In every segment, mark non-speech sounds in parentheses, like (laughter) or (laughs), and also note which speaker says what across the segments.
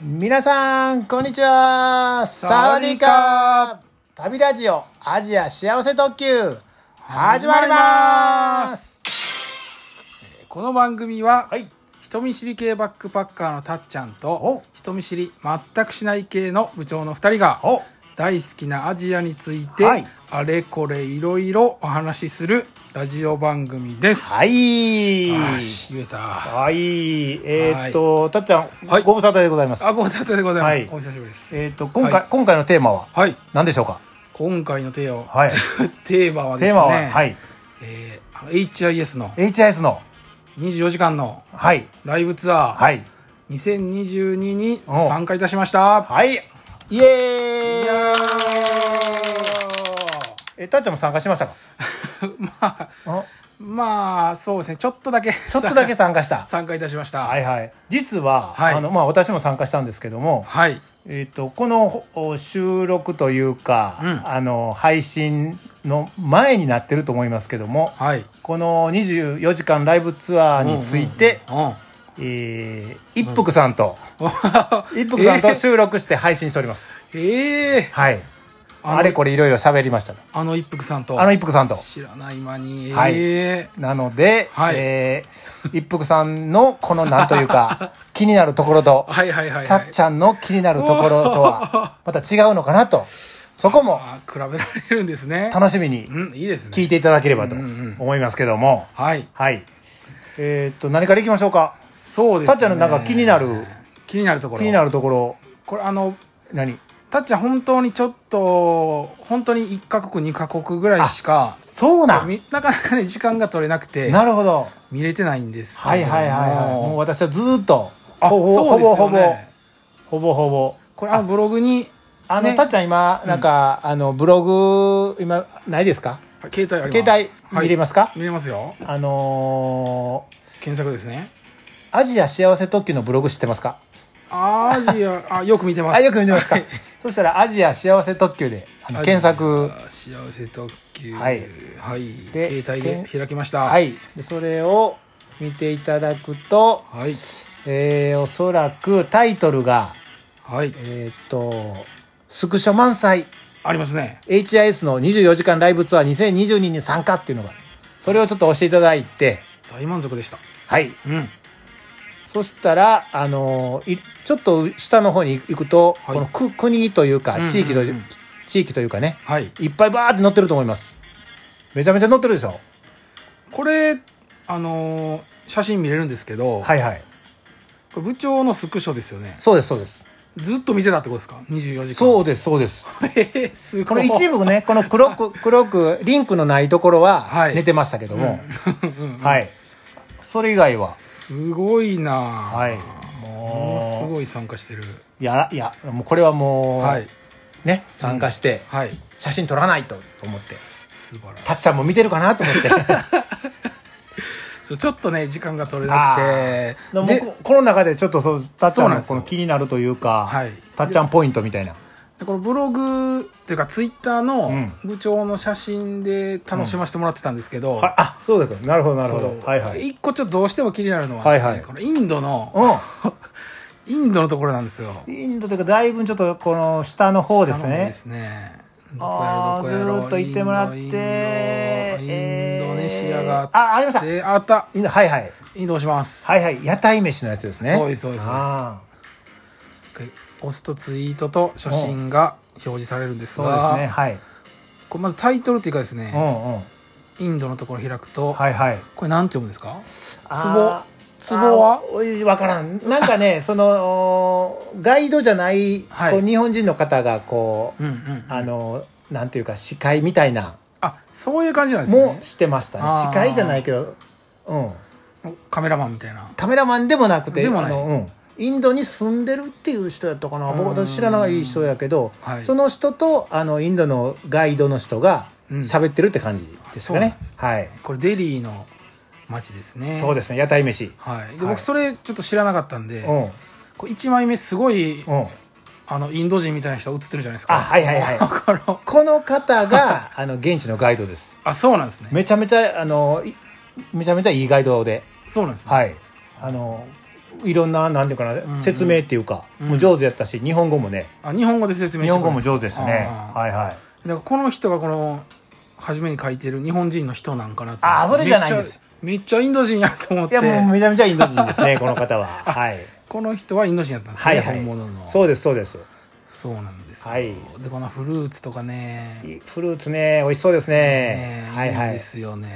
Speaker 1: 皆さんこんにちはサワディーカー旅ラジオアジア幸せ特急始まります
Speaker 2: この番組は、
Speaker 1: はい
Speaker 2: 人見知り系バックパッカーのたっちゃんと
Speaker 1: お
Speaker 2: 人見知り全くしない系の部長の2人が
Speaker 1: お
Speaker 2: 大好きなアジアについて、
Speaker 1: はい
Speaker 2: あれこれいろいろお話しするラジオ番組です。
Speaker 1: はい
Speaker 2: あーし言えた。
Speaker 1: はいえーっとたっちゃん、
Speaker 2: はい
Speaker 1: ご無沙汰でございます
Speaker 2: あ、ご無沙汰でございます。
Speaker 1: はい
Speaker 2: お久しぶりです。
Speaker 1: えーっと今回、
Speaker 2: は、
Speaker 1: 今回のテーマはい
Speaker 2: はい
Speaker 1: 何でしょうか
Speaker 2: 今回のテーマ
Speaker 1: (laughs) はい
Speaker 2: (laughs) テーマはで
Speaker 1: テ
Speaker 2: す
Speaker 1: ーマ
Speaker 2: ね、
Speaker 1: は、はい
Speaker 2: えーあの HIS の
Speaker 1: HIS の
Speaker 2: 24時間の
Speaker 1: はい
Speaker 2: ライブツアー
Speaker 1: はい
Speaker 2: 2022に
Speaker 1: お
Speaker 2: 参加いたしました。
Speaker 1: はいイエーイえたっちゃんも参加しましたか
Speaker 2: (laughs) まあ、
Speaker 1: あ
Speaker 2: まあ、そうですね、ちょっとだけ、
Speaker 1: ちょっとだけ参加した
Speaker 2: 参加いたしました。は。
Speaker 1: はいいはい、実は、
Speaker 2: はい
Speaker 1: あのまあ、私も参加したんですけども、えー、とこのお収録というか、
Speaker 2: うん
Speaker 1: あの配信の前になってると思いますけども、
Speaker 2: はい。
Speaker 1: この24時間ライブツアーについて、
Speaker 2: うん
Speaker 1: (laughs)
Speaker 2: うんうん。
Speaker 1: えー一服さんと、一服さんと収録して配信しております。
Speaker 2: ええ
Speaker 1: はい、
Speaker 2: あの
Speaker 1: あれこれいろいろ喋りましたね、
Speaker 2: あの一服さんと。
Speaker 1: あの一服さんと。
Speaker 2: 知らない間に。え
Speaker 1: はい
Speaker 2: え
Speaker 1: なので、
Speaker 2: はい
Speaker 1: えー一服さんのこのなんという
Speaker 2: (laughs)
Speaker 1: か気になるところと、
Speaker 2: はいはいはいはい。
Speaker 1: たっちゃんの気になるところとはまた違うのかなとそこも
Speaker 2: あ比べられるんですね。
Speaker 1: 楽しみに
Speaker 2: うん、いいです
Speaker 1: 聞
Speaker 2: ね。
Speaker 1: いていただければと
Speaker 2: うんうんうん
Speaker 1: 思いますけども
Speaker 2: はい。
Speaker 1: はいえーっと何からいきましょうか
Speaker 2: そうです
Speaker 1: た
Speaker 2: ね。
Speaker 1: っちゃんのなんか気になる
Speaker 2: 気になるところ。
Speaker 1: 気になるところ
Speaker 2: これあの、
Speaker 1: 何
Speaker 2: たっちゃん本当にちょっと、本当に一カ国二カ国ぐらいしか、
Speaker 1: そうなん
Speaker 2: みなかなかね、時間が取れなくて。
Speaker 1: なるほど
Speaker 2: 見れてないんですけど
Speaker 1: はいはいはいはいもう私はずーっと
Speaker 2: あ
Speaker 1: ほぼ
Speaker 2: そ
Speaker 1: ほ
Speaker 2: うです
Speaker 1: ぼ
Speaker 2: よね
Speaker 1: ほぼほぼほぼ
Speaker 2: これあのブログに
Speaker 1: あの
Speaker 2: ね
Speaker 1: たっちゃん今なんかあのブログ今ないですか
Speaker 2: 携帯あります
Speaker 1: 携帯見れますか
Speaker 2: はい見れますよ
Speaker 1: あのー
Speaker 2: 検索ですね
Speaker 1: アジア幸せ特急のブログ知ってますか
Speaker 2: アジアあよく見てます
Speaker 1: あ、よく見てますか
Speaker 2: はい。
Speaker 1: そしたら、アジア幸せ特急で、あの検索。
Speaker 2: アジア幸せ特急
Speaker 1: はい
Speaker 2: はい
Speaker 1: で
Speaker 2: 携帯で
Speaker 1: け
Speaker 2: 開きました
Speaker 1: はい。でそれを見ていただくと、
Speaker 2: はい
Speaker 1: えー、おそらくタイトルが、
Speaker 2: はい
Speaker 1: えーっと、スクショ満載、
Speaker 2: ありますね
Speaker 1: HIS の24時間ライブツアー2022に参加っていうのが、それをちょっと押していただいて、
Speaker 2: 大満足でした
Speaker 1: はい。
Speaker 2: うん
Speaker 1: そしたら、あのいちょっと下の方に行くと、
Speaker 2: はい
Speaker 1: このく国というか、地域と、
Speaker 2: うんうんうん
Speaker 1: 地域というかね、
Speaker 2: はい
Speaker 1: いっぱいバーって載ってると思います。めちゃめちゃ載ってるでしょ
Speaker 2: これあのー写真見れるんですけど、
Speaker 1: はいはい。
Speaker 2: これ部長のスクショですよね
Speaker 1: そうです、そうです。
Speaker 2: ずっと見てたってことですか24時間
Speaker 1: そう
Speaker 2: う
Speaker 1: です、そうです。
Speaker 2: (laughs) えー、す
Speaker 1: こ
Speaker 2: ご
Speaker 1: の
Speaker 2: い
Speaker 1: 一部ね、 (laughs) この黒く、黒く、リンクのないところは
Speaker 2: はい
Speaker 1: 寝てましたけども、はい。それ以外は、
Speaker 2: すごいなは
Speaker 1: はい。
Speaker 2: ものす
Speaker 1: も
Speaker 2: ごい参加してる
Speaker 1: う、やら、いや、もうこれはもう、
Speaker 2: はい
Speaker 1: ね、参加して、
Speaker 2: はい
Speaker 1: 写真撮らないと、と思って。
Speaker 2: 素晴ら
Speaker 1: た
Speaker 2: しい
Speaker 1: っちゃんも見てるかなと思
Speaker 2: (laughs)
Speaker 1: って。
Speaker 2: そうちょっとね時間が取れな
Speaker 1: でも
Speaker 2: くてで
Speaker 1: ここの中でちょっとそう、たっち
Speaker 2: そ
Speaker 1: ゃ
Speaker 2: うんなん
Speaker 1: の
Speaker 2: です
Speaker 1: こ
Speaker 2: よ
Speaker 1: の気になるというか、
Speaker 2: はい
Speaker 1: たっちゃんポイントみたいな。
Speaker 2: でこのブログっていうかツイッターの
Speaker 1: ん
Speaker 2: 部長の写真で楽しませてもらってたんですけど、
Speaker 1: はいあ、そうだよ。なるほど、なるほ
Speaker 2: そう
Speaker 1: ど。はいはい。
Speaker 2: 一個ちょっとどうしても気になるのはですね、
Speaker 1: はいはい
Speaker 2: このインドの
Speaker 1: うん。
Speaker 2: インドのところなんですよ
Speaker 1: インドというかだいぶちょっとこの下の方です
Speaker 2: 下の方
Speaker 1: ね
Speaker 2: ですねどこや
Speaker 1: あ
Speaker 2: ろ
Speaker 1: あ
Speaker 2: ど
Speaker 1: ず
Speaker 2: こやろ
Speaker 1: ーっと行ってもらって
Speaker 2: インドインド
Speaker 1: えー
Speaker 2: インドネシアがあ
Speaker 1: あありました
Speaker 2: であった
Speaker 1: インドはいはい
Speaker 2: 移動します
Speaker 1: はいはい屋台飯のやつですね
Speaker 2: そうですそうですそうです
Speaker 1: あ
Speaker 2: 押すとツイートと写真が表示されるんです
Speaker 1: ーそうですね
Speaker 2: が
Speaker 1: はい
Speaker 2: これまずタイトルっていうかです
Speaker 1: う
Speaker 2: ね
Speaker 1: んうん
Speaker 2: インドのところ開くと
Speaker 1: はいはい
Speaker 2: これなんて読むんですか
Speaker 1: あー
Speaker 2: ツボツボは
Speaker 1: あーおいわからんなんか
Speaker 2: (laughs)
Speaker 1: ねそのガイドじゃない
Speaker 2: はい
Speaker 1: こう日本人の方がこ
Speaker 2: うんう
Speaker 1: うん
Speaker 2: うん
Speaker 1: あのなんていうか司会みたいな
Speaker 2: あそういう感じなんです
Speaker 1: も
Speaker 2: ね
Speaker 1: してましたね
Speaker 2: あー
Speaker 1: 司会じゃないけどうん
Speaker 2: カメラマンみたいな
Speaker 1: カメラマンでもなくて
Speaker 2: でもない
Speaker 1: あのうんインドに住んでるっていう人やったかな
Speaker 2: うん
Speaker 1: 僕私知らない人やけど、
Speaker 2: はい
Speaker 1: その人とあのインドのガイドの人が
Speaker 2: うん
Speaker 1: 喋ってるって感じですか
Speaker 2: そうなん
Speaker 1: ね
Speaker 2: で、す
Speaker 1: はい
Speaker 2: これデリーの街ですね
Speaker 1: そう
Speaker 2: で
Speaker 1: ですね屋台飯
Speaker 2: はい、で
Speaker 1: はい
Speaker 2: 僕それちょっと知らなかったんで、
Speaker 1: うんうん
Speaker 2: これ1枚目すごいあのインド人みたいな人写ってるじゃないですか
Speaker 1: あはいはいはい
Speaker 2: この
Speaker 1: この方
Speaker 2: (laughs)
Speaker 1: があの現地のガイドです
Speaker 2: あそうなんですね
Speaker 1: めちゃめちゃあのいめちゃめちゃいいガイドで
Speaker 2: そうなんですね、
Speaker 1: はいあのいろんななんていうかな、説明っていうか、もう上手やったし日本語もね
Speaker 2: あ日本語で説明
Speaker 1: 日
Speaker 2: して
Speaker 1: 本
Speaker 2: くれ
Speaker 1: 語
Speaker 2: るん
Speaker 1: も
Speaker 2: ですか
Speaker 1: 上手でしたね
Speaker 2: あー
Speaker 1: はいはい
Speaker 2: だからこの人がこの初めに書いてる日本人の人なんかなと
Speaker 1: あーそれじゃないんです
Speaker 2: めっちゃめっちゃインド人やと思っ
Speaker 1: いやもう
Speaker 2: て
Speaker 1: めちゃめちゃインド人です
Speaker 2: (laughs)
Speaker 1: ねこの方ははい
Speaker 2: この人はインド人やったんです
Speaker 1: は
Speaker 2: ね、
Speaker 1: いはい
Speaker 2: 本物の
Speaker 1: そうですそうです
Speaker 2: そうなんですよ、
Speaker 1: はい
Speaker 2: でこのフルーツとかね
Speaker 1: フルーツね美味しそうですね
Speaker 2: ね
Speaker 1: はい
Speaker 2: いい
Speaker 1: はい
Speaker 2: ですよね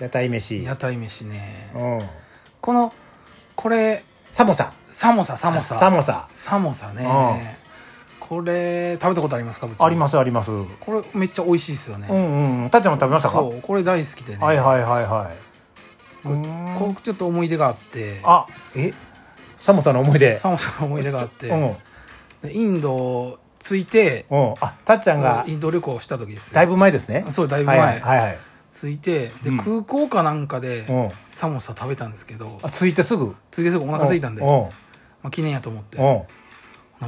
Speaker 1: 屋台飯
Speaker 2: 屋台飯ね
Speaker 1: うん
Speaker 2: このこれ
Speaker 1: 寒さ
Speaker 2: 寒さ寒さ
Speaker 1: 寒さ
Speaker 2: 寒さねこれ食べたことありますか部長
Speaker 1: ありますありますうん
Speaker 2: これめっちゃ美味しいですよね、
Speaker 1: うんうんたっちゃんも食べましたか
Speaker 2: そうこれ大好きでね、
Speaker 1: はいはいはいはいうん
Speaker 2: こうちょっと思い出があって
Speaker 1: あえ寒さの思い出
Speaker 2: 寒さの思い出があって
Speaker 1: うんうん
Speaker 2: でインド着いて
Speaker 1: あたっちゃんが
Speaker 2: インド旅行した時ですよ
Speaker 1: だいぶ前ですね
Speaker 2: そうだいぶ前
Speaker 1: はいはいはい
Speaker 2: 着いてで、
Speaker 1: うん
Speaker 2: 空港かなんかで
Speaker 1: うん
Speaker 2: サモサ食べたんですけど
Speaker 1: あ着いてすぐ
Speaker 2: ついですぐお腹空いたんで、
Speaker 1: う
Speaker 2: ま
Speaker 1: ん
Speaker 2: あ、記念やと思って
Speaker 1: うんうん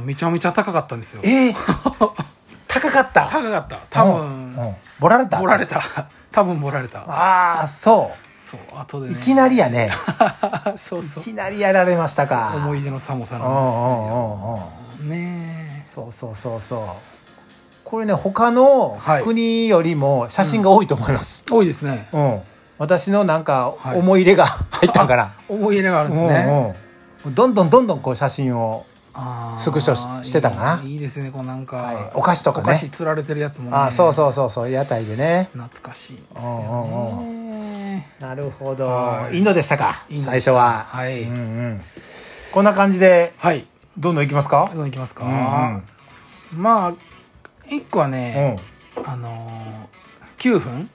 Speaker 2: めちゃめちゃ高かったんですよ
Speaker 1: えー (laughs) 高かった
Speaker 2: 高かった多
Speaker 1: うんう
Speaker 2: 分
Speaker 1: んボラれた
Speaker 2: ボラれた (laughs) 多分ボラれた
Speaker 1: ああそ
Speaker 2: そう後で
Speaker 1: うい
Speaker 2: ね
Speaker 1: きなりやね
Speaker 2: (laughs) そう
Speaker 1: い
Speaker 2: そう
Speaker 1: きなりやられましたか
Speaker 2: 思い出のサモサ
Speaker 1: うん
Speaker 2: なん
Speaker 1: うんうんうん
Speaker 2: ですよね
Speaker 1: そうそうそうそうこれね他の
Speaker 2: はい
Speaker 1: 国よりも写真が多いと思います、
Speaker 2: え多いですね
Speaker 1: うん私のなんか
Speaker 2: はい
Speaker 1: 思い入れが (laughs) 入ったんから、
Speaker 2: 思い入れがあるんですね、
Speaker 1: うんうんどんどんどんどんこう写真を、
Speaker 2: あー
Speaker 1: スクショししてたかない
Speaker 2: いいいですねこうなんか、
Speaker 1: はいお菓子とか
Speaker 2: お
Speaker 1: ね
Speaker 2: 菓子釣られてるやつもね
Speaker 1: あそうそうそうそう屋台でね
Speaker 2: 懐かしいですよね
Speaker 1: なるほど、
Speaker 2: はい
Speaker 1: インドでしたか
Speaker 2: インドでし
Speaker 1: 最初
Speaker 2: た
Speaker 1: は
Speaker 2: はい
Speaker 1: うんうん、こんな感じで
Speaker 2: はい
Speaker 1: どんどんいきますか
Speaker 2: どういきますか、
Speaker 1: う
Speaker 2: まあ一個は
Speaker 1: んうん、う
Speaker 2: ね
Speaker 1: ん、
Speaker 2: あのー、9分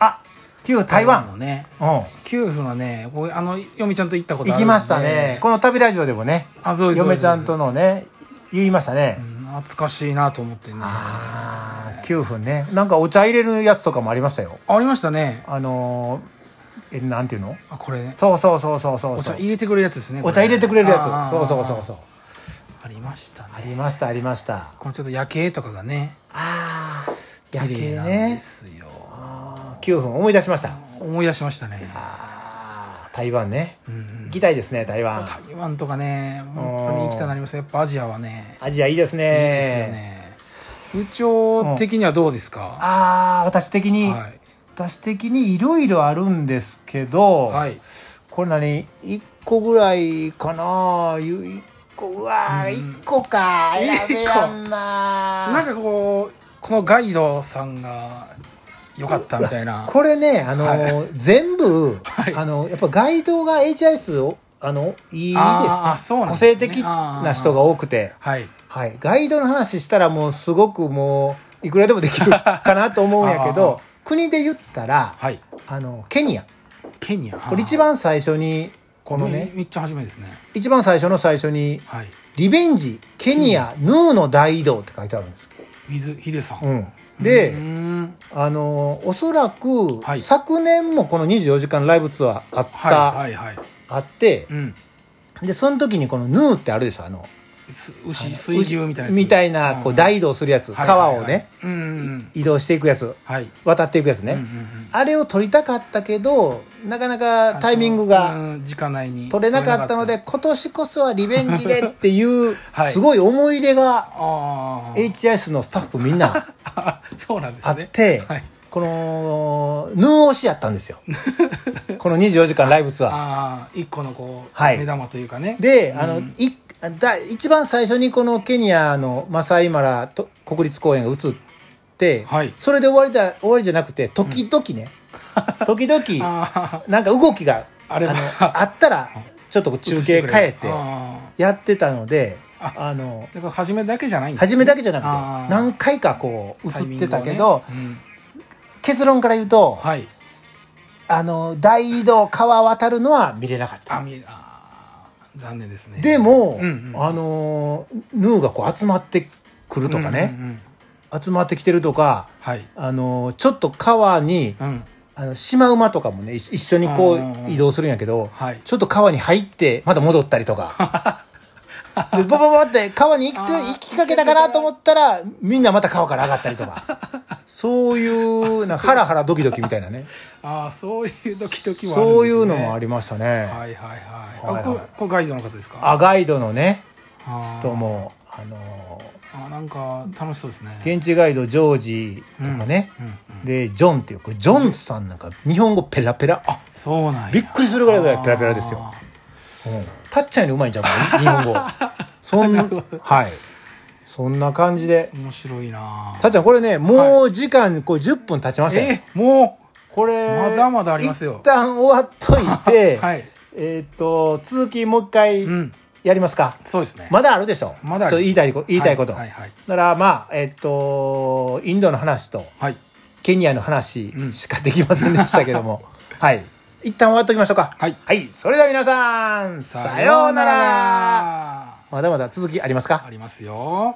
Speaker 1: あ旧台
Speaker 2: の
Speaker 1: 湾
Speaker 2: ね
Speaker 1: うん
Speaker 2: 9分はねこうあのよみちゃんと行ったことあ
Speaker 1: 行
Speaker 2: るんで
Speaker 1: きましたねこの旅ラジオでもね
Speaker 2: あそうです
Speaker 1: 嫁ちゃん
Speaker 2: そう
Speaker 1: とのね言いましたね
Speaker 2: です、うん懐かしいなと思ってねあ
Speaker 1: ああ9分ねなんかお茶入れるやつとかもありましたよ
Speaker 2: りましたね
Speaker 1: あのー、えなんていうの
Speaker 2: あこれね
Speaker 1: そうそうそうそうそう
Speaker 2: お
Speaker 1: そう
Speaker 2: 茶入れてくれるやつですね
Speaker 1: お茶入れてくれるや
Speaker 2: あー
Speaker 1: つそうそうそうそう
Speaker 2: ありました
Speaker 1: あ
Speaker 2: ね
Speaker 1: りましたありました
Speaker 2: このちょっと夜景とかがね
Speaker 1: あー
Speaker 2: 綺
Speaker 1: 夜
Speaker 2: 麗
Speaker 1: 景
Speaker 2: なん
Speaker 1: ね
Speaker 2: ですよ
Speaker 1: あー9分思い出しました
Speaker 2: 思い出しましたね
Speaker 1: あー台湾ね
Speaker 2: うんうん
Speaker 1: 行きたいですね台湾
Speaker 2: 台湾とかね本当に行きたくなりますやっぱアジアはね
Speaker 1: アジアいいです
Speaker 2: いいですよ
Speaker 1: ね
Speaker 2: ね部長的にはどうですか、
Speaker 1: ああ私的に、
Speaker 2: はい
Speaker 1: 私的にいろいろあるんですけど、
Speaker 2: はい
Speaker 1: これ何1個ぐらいかな1個うわー1個か
Speaker 2: 一個
Speaker 1: 選べやんな
Speaker 2: なんかこうこのガイドさんが良かったみたいな
Speaker 1: これねあの、
Speaker 2: は
Speaker 1: 全部、
Speaker 2: はい
Speaker 1: あのやっぱガイドが HIS をあのいいです
Speaker 2: あーそうなん
Speaker 1: 個
Speaker 2: ですね
Speaker 1: 性的な人が多くて、
Speaker 2: はい
Speaker 1: はい、ガイドの話したらもうすごくもういくらでもできるかなと思うんやけ
Speaker 2: あ
Speaker 1: ど国で言ったら
Speaker 2: はい
Speaker 1: あのケニア
Speaker 2: ケニア
Speaker 1: これ一番最初にこのね
Speaker 2: めめっちゃ初めですね
Speaker 1: 一番最初の最初に
Speaker 2: はい
Speaker 1: 「リベンジケニアヌーの大移動」って書いてあるんですよ、
Speaker 2: 水ヒデさん、
Speaker 1: うん、で、
Speaker 2: うーん
Speaker 1: あのおそらく、
Speaker 2: はい
Speaker 1: 昨年もこの24時間ライブツアーあった、
Speaker 2: はいはいはい
Speaker 1: あって
Speaker 2: うん
Speaker 1: でその時にこの「ヌー」ってあるでしょあの
Speaker 2: す牛水牛みたいなやつ
Speaker 1: みたいなこう大移動するやつ、
Speaker 2: はいはい
Speaker 1: 川
Speaker 2: はい
Speaker 1: をね
Speaker 2: うんうんうん
Speaker 1: 移動していくやつ
Speaker 2: はいね
Speaker 1: 渡っていくやつね、
Speaker 2: うんうんうん
Speaker 1: あれを撮りたかったけどなかなかタイミングが
Speaker 2: うん時間内に
Speaker 1: 撮れなかったので今年こそはリベンジでっていう、
Speaker 2: (laughs) はい
Speaker 1: すごい思い入れが
Speaker 2: ああ
Speaker 1: HIS のスタッフみん
Speaker 2: (laughs)
Speaker 1: な
Speaker 2: あそうなんです
Speaker 1: あ
Speaker 2: ね。
Speaker 1: って、
Speaker 2: はい、
Speaker 1: このヌー推しやったん
Speaker 2: (laughs)
Speaker 1: ですよこの24時間ライブツアー
Speaker 2: ああ一個のこう、
Speaker 1: はい
Speaker 2: 目玉というかね。
Speaker 1: であの、いだ一番最初にこのケニアのマサイマラと国立公園が移って、
Speaker 2: はい
Speaker 1: それで終わりだ終わりじゃなくて時々ね、 (laughs) 時々
Speaker 2: (laughs) あ
Speaker 1: なんか動きが
Speaker 2: あれは
Speaker 1: のあった
Speaker 2: (laughs)
Speaker 1: らちょっと中継変えて
Speaker 2: あ
Speaker 1: やってたので
Speaker 2: あ
Speaker 1: あの
Speaker 2: ーだから初めだけじゃないんですね。
Speaker 1: 初めだけじゃなくて
Speaker 2: あー
Speaker 1: 何回かこう
Speaker 2: タイ
Speaker 1: 映
Speaker 2: ミ
Speaker 1: っ
Speaker 2: ン
Speaker 1: て
Speaker 2: グを
Speaker 1: た
Speaker 2: ね
Speaker 1: けど、
Speaker 2: うん
Speaker 1: 結論から言うと、
Speaker 2: はい。
Speaker 1: あの大移動川渡るのは見れなかった。
Speaker 2: あみあー残念ですね。
Speaker 1: でも、
Speaker 2: うんうん
Speaker 1: あのーヌーがこう集まってくるとかね、
Speaker 2: うんうんうん
Speaker 1: 集まってきてるとか、
Speaker 2: はい。
Speaker 1: あのーちょっと川に、
Speaker 2: うん。
Speaker 1: あのシマウマとかもね一一緒にこ
Speaker 2: うんうんうん
Speaker 1: う移動するんやけど、
Speaker 2: はい
Speaker 1: ちょっと川に入ってまた戻ったりとか
Speaker 2: (laughs)
Speaker 1: でバババって川に行く
Speaker 2: あー (laughs)
Speaker 1: 行きかけたかなと思ったらみんなまた川から上がったりとかそういうなハラハラドキドキみたいなね
Speaker 2: ああそういうドキドキもあるんです、ね、
Speaker 1: そういうのもありましたね、
Speaker 2: はいはいはい、
Speaker 1: はいはい
Speaker 2: あこれこれガイドの方ですか
Speaker 1: あガイドのね
Speaker 2: あー
Speaker 1: 人もあの
Speaker 2: あなんか楽しそうですね
Speaker 1: 現地ガイドジョージとかね、
Speaker 2: うんうん
Speaker 1: でジョンっていうこれジョンさんなんか日本語ペラペラあ
Speaker 2: そうなんや
Speaker 1: びっくりするぐらいぐらいペラペラですよ
Speaker 2: あ
Speaker 1: うんたっちゃんよりうまいんちゃうかな日本語そ
Speaker 2: (laughs)
Speaker 1: んなはいそんな感じで
Speaker 2: ー面白いな
Speaker 1: たっちゃんこれねもう時間これ10分経ちましたよ、
Speaker 2: えも
Speaker 1: これ
Speaker 2: まだまだありますよ
Speaker 1: 一旦終わっというて、
Speaker 2: (laughs) はい
Speaker 1: えっ、と続きもう一回
Speaker 2: うん
Speaker 1: やりますか、
Speaker 2: そうですね
Speaker 1: まだあるでしょ
Speaker 2: まだある
Speaker 1: ちょっと言いたいこと言いたいこと、
Speaker 2: はいはいはい
Speaker 1: だからまあえっ、とインドの話と
Speaker 2: はい
Speaker 1: ケニアの話しかできませんでしたけども、 (laughs) はい一旦終わっときましょうか
Speaker 2: はい
Speaker 1: それでは皆さんさようなら
Speaker 2: ら
Speaker 1: まだまだ続きありますか
Speaker 2: ありますよ